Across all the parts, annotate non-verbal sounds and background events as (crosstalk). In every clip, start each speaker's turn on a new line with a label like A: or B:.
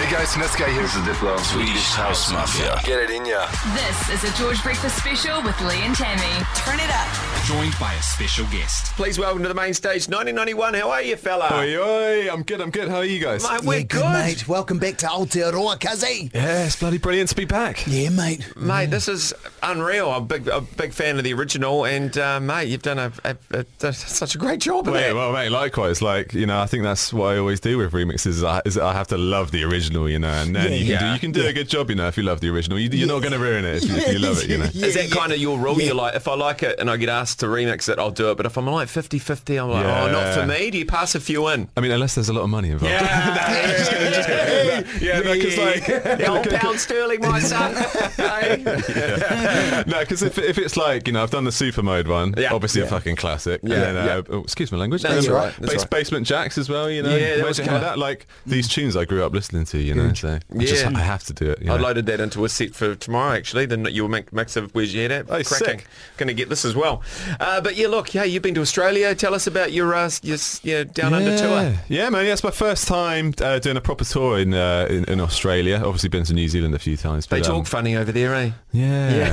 A: Hey guys, Netsky here. This is Diplo. Swedish House Mafia. Get it in ya.
B: This is a George Breakfast special with Lee and Tammy.
C: Turn it up.
D: joined by a special guest.
E: Please welcome to the main stage, 1991. How are you, fella?
F: Oi, oi, I'm good, I'm good. How are you guys?
E: Mate, we're
G: Yeah,
E: good.
G: mate. Welcome back to Aotearoa, Kazi.
F: Yeah, it's bloody brilliant to be back.
G: Yeah, mate.
E: Mate, this is unreal. I'm a big, a big fan of the original, and uh, mate, you've done a, a, a, a- such a great job of
F: Wait,
E: that.
F: well, mate, likewise. Like, you know, I think that's what I always do with remixes is I, is I have to love the original, you know, and then
G: Yeah,
F: you,
G: yeah.
F: can do, you can do a good job, you know, if you love the original. You, you're not going to ruin it if, you- if
E: (laughs)
F: you love it, you know.
G: Yeah,
E: is that
G: yeah.
E: kind of your rule? You're like, if I like it and I get asked to remix it, I'll do it. But if I'm like 50-50, I'm like, oh, not for
F: Yeah.
E: me. Do you pass a few in?
F: I mean, unless there's a lot of money involved. (laughs)
E: Yeah,
F: Yeah, no, 'cause like- (laughs)
E: the old pound sterling, my son. Hey.
F: (laughs) no, because if, if it's like, you know, I've done the super mode one,
E: Yeah.
F: obviously a fucking classic. Yeah. And then, uh, oh, excuse my language.
E: That's
F: And then
E: all right, that's
F: Base,
E: all right.
F: Basement Jacks as well, you know.
E: Yeah, that was
F: Motorhead,
E: kinda-
F: that, like these tunes I grew up listening to, you know. So I just
E: Yeah.
F: I have to do it. You
E: I
F: know?
E: loaded that into a set for tomorrow, actually. Then you'll make mix of where's your head at.
F: Oh, sick.
E: Going to get this as well. Uh, but yeah, look, yeah, you've been to Australia. Tell us about your uh, your, s- your down under tour.
F: Yeah, man. Yeah, it's my first time uh, doing a proper tour in, uh, in in Australia. Obviously, been to New Zealand a few times.
E: They
F: but,
E: talk
F: um,
E: funny over there, eh?
F: yeah.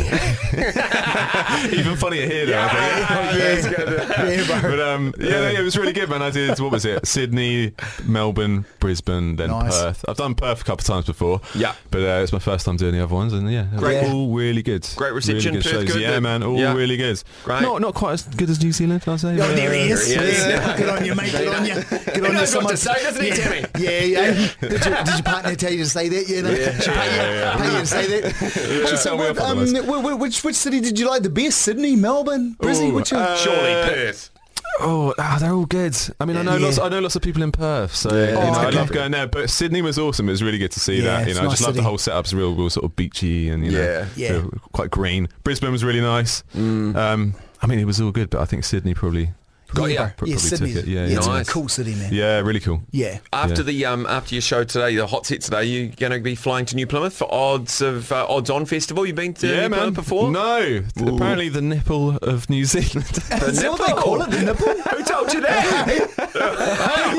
F: (laughs) Even funnier here, though. I
E: (laughs)
F: think. (laughs)
G: Yeah, bro.
F: But um, yeah, no, it was really good, man. I did what was it? Sydney, Melbourne, Brisbane, then
G: Nice.
F: Perth. I've done Perth a couple of times before.
E: Yeah.
F: but uh, it's my first time doing the other ones, and yeah, they were
E: Great.
F: all really good.
E: Great reception,
F: really good
E: Perth
F: shows.
E: good,
F: yeah,
E: then?
F: man, all
E: Yeah.
F: really good.
E: Great.
F: Not not quite as good as New Zealand, I'd say.
G: Oh,
F: but,
G: there he
F: uh,
G: is.
E: There he is.
G: Yeah. Good on you, mate. Good on you. Good on
E: knows
G: you.
E: what to say, doesn't he, Timmy?
G: Yeah, yeah. Did, your, did your partner tell you to say that? You know? Yeah. Did your partner, partner say that?
F: She
G: So,
F: told me
G: what,
F: off
G: um,
F: otherwise.
G: wh- wh- which, which city did you like the best? Sydney, Melbourne, Brisbane?
F: Ooh,
G: which one?
F: uh,
E: Surely Perth.
F: Oh, ah, they're all good. I mean, I know
G: Yeah.
F: lots. I know lots of people in Perth, so you know,
G: Oh,
F: I
G: okay.
F: love going there. But Sydney was awesome. It was really good to see
G: Yeah,
F: that. You
G: it's
F: know,
G: a
F: I just
G: nice
F: love the
G: city.
F: whole setups. Real, real sort of beachy and you know,
E: Yeah.
G: Yeah. Mm.
F: you know, quite green. Brisbane was really nice. Um, I mean, it was all good, but I think Sydney probably
E: Got
F: probably,
E: ya.
F: pro-
G: yeah,
F: probably
G: Sydney.
F: took it.
G: Yeah,
F: Yeah,
G: it's
F: yeah.
G: a cool city, man. Yeah.
F: Yeah, really cool.
E: After
F: Yeah.
E: the um after your show today, the hot set today, you're going to be flying to New Plymouth for odds of uh, odds on festival. You've been to New Plymouth before?
F: No, Th- apparally the nipple of
G: (laughs)
F: New Zealand.
G: Is that what they call it? The nipple?
E: Who told you
F: (laughs)
E: that? (laughs)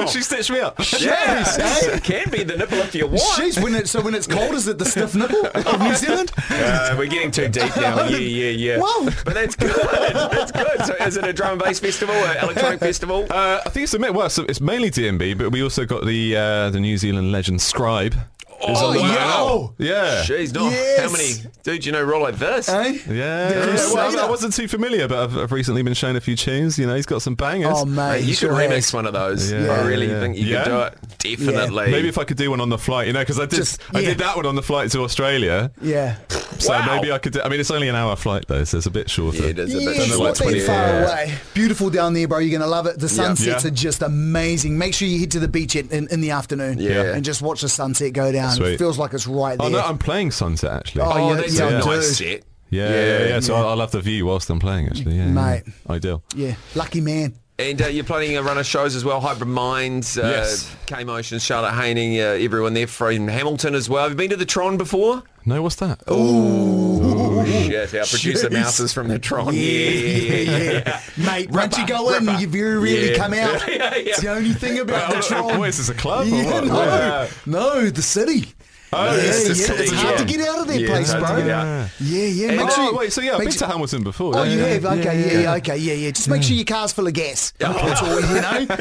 F: she stitched me up.
E: yes, it can be the nipple if you want.
G: Jeez, when it, so when it's cold, is it the stiff nipple of New Zealand?
E: Uh, we're getting too deep now. Yeah, yeah, yeah.
G: Whoa.
E: But that's good. That's good. So is it a drum and bass festival, an electronic festival?
F: Uh, I think it's a bit worse. It's mainly DMB, but we also got the uh, the New Zealand legend Scribe. Is
G: Oh,
F: on the-
G: wow.
F: Yeah.
E: Jeez, no. How
G: Yes.
E: many? Dude, you know, roll like this.
G: Eh?
F: Yeah,
G: The
F: yeah, well,
G: Crusader.
F: I, I wasn't too familiar, but I've, I've recently been shown a few tunes. You know, he's got some bangers.
G: Oh,
E: Mate,
G: mate.
E: you
G: sure
E: could remix
G: has.
E: one of those.
F: Yeah,
E: I really
F: yeah.
E: think you
F: Yeah?
E: could do it. Definitely.
F: Maybe if I could do one on the flight, you know, because I did
G: Just-
F: I
G: yeah.
F: did that one on the flight to Australia.
G: Yeah.
F: So
E: Wow.
F: maybe I could. Do, I mean, it's only an hour flight though, so it's a bit shorter.
E: Yeah, it is a Oh,
G: Yeah,
E: bit
G: it's
F: Something
G: not
F: like
G: that
F: 20,
G: far
F: yeah.
G: away. Beautiful down there, bro. You're going to love it. The sunsets
F: Yeah.
G: are just amazing. Make sure you head to the beach in, in, in the afternoon
E: Yeah.
G: and just watch the sunset go down. It
F: Sweet.
G: feels like it's right there.
F: Oh no, I'm playing Sunset actually.
G: Oh,
E: Oh,
G: yeah,
E: that's
G: yeah,
E: a
G: dude.
E: nice set.
F: yeah, yeah, yeah, So I'll, I'll have the view whilst I'm playing actually. Yeah,
G: Mate.
F: yeah. ideal.
G: yeah, lucky man.
E: And uh, you're planning a run of shows as well, Hybrid Minds, uh,
F: Yes.
E: K-Motion, Charlotte Haining, uh, everyone there from Hamilton as well. Have you been to the Tron before?
F: No, what's that? Oh,
E: Shit, our producer
G: Jeez.
E: Mouse is from the Tron. yeah, (laughs) yeah, yeah. yeah.
G: Mate, once you
E: Ripper,
G: go in,
E: ripper.
G: you very rarely
E: Yeah.
G: come out.
E: (laughs) Yeah, yeah.
G: It's the only
E: (laughs)
G: thing about the
F: Oh,
G: Tron.
F: is this a club?
G: (laughs) Yeah,
F: or (laughs) what?
G: no,
F: Yeah.
G: no, the city.
F: Oh,
G: yeah,
F: it's
G: yeah,
F: the
G: it's
F: city,
G: hard to
F: yeah.
G: get out of that
E: Yeah, it's
G: place,
E: hard to
G: bro.
E: get
G: Yeah,
F: out.
G: yeah. Make
F: Oh,
G: sure,
F: wait, so yeah, I've
G: make
F: been
G: sure-
F: to Hamilton before.
G: Oh,
F: yeah,
G: you
F: yeah,
G: have?
F: yeah,
G: Okay, yeah, yeah,
F: yeah.
G: okay, yeah, yeah. Just make sure your car's full of gas. That's all, you
F: (laughs)
G: know?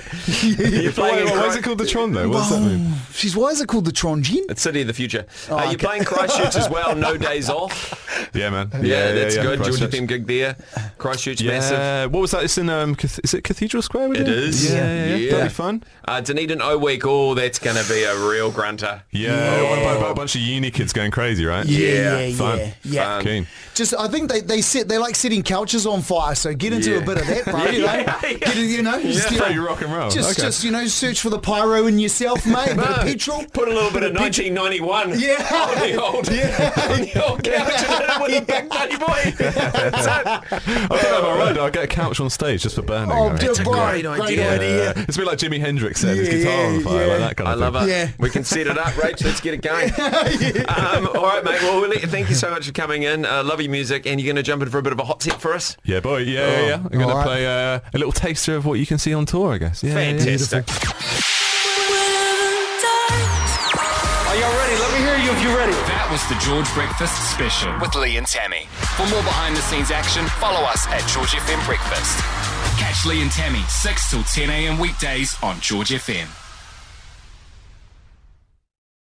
E: You're playing
F: Wait,
E: in
F: why
E: Christ-
F: is it called the Tron though? What does that mean?
G: She's why is it called the Trondheim?
E: It's City of the Future.
G: Oh,
E: uh, you're
G: okay.
E: playing Christchurch as well, no days off.
F: Yeah, man.
E: Yeah, that's good. George
F: Christchurch.
E: FM gig there. Christchurch,
F: Yeah.
E: massive.
F: What was that? It's in um, Cath- is it Cathedral Square? It
E: is.
F: Yeah, yeah, yeah.
E: Yeah.
F: That'd be fun.
E: Uh, Dunedin O Week, oh, that's going to be a real grunter.
F: Yeah, what about a bunch of uni kids going crazy, right?
G: Oh. Yeah, yeah,
F: fun.
G: yeah, yeah.
F: Fun. Keen.
G: Just I think they they set they like setting couches on fire. So get into
E: Yeah.
G: a bit of
F: (laughs)
G: that, bro. you know, Get in, you know, just,
F: Yeah.
G: you know,
F: Free rock and roll.
G: Just
F: Okay.
G: just you know, search for the pyro in yourself, mate.
F: (laughs)
G: A bit of petrol.
E: Put a little bit of 1991
G: Yeah.
E: on the old, (laughs) on the old couch and hit him with a big nutty boy. (laughs) That's it.
F: I think I'm alright. I'll get a couch on stage just for burning. I
G: Oh,
F: mean. uh,
G: dude,
E: a
G: bro,
E: great idea.
F: It's a bit like Jimmy Hendrix setting his
G: Yeah,
F: guitar on
G: yeah,
F: fire,
G: yeah.
F: like that kind
E: I
F: of
E: love
F: thing.
E: it.
G: Yeah.
E: We can set it up, Rach. Let's get it going. um, all right, mate. Well, Willie, thank you so much for coming in. Uh, love your music, and you're going to jump in for a bit of a hot tip for us.
F: Yeah, boy. Yeah, yeah, yeah. I'm going
G: Oh, All
F: to
G: right.
F: play uh, a little taster of what you can see on tour, I guess. Yeah, yeah, yeah.
E: Fantastic.
H: Are y'all ready? Let me hear you if you're ready.
D: That was the George Breakfast Special with Lee and Tammy. For more behind the scenes action, follow us at George FM Breakfast. Catch Lee and Tammy 6 till 10 a.m. weekdays on George FM.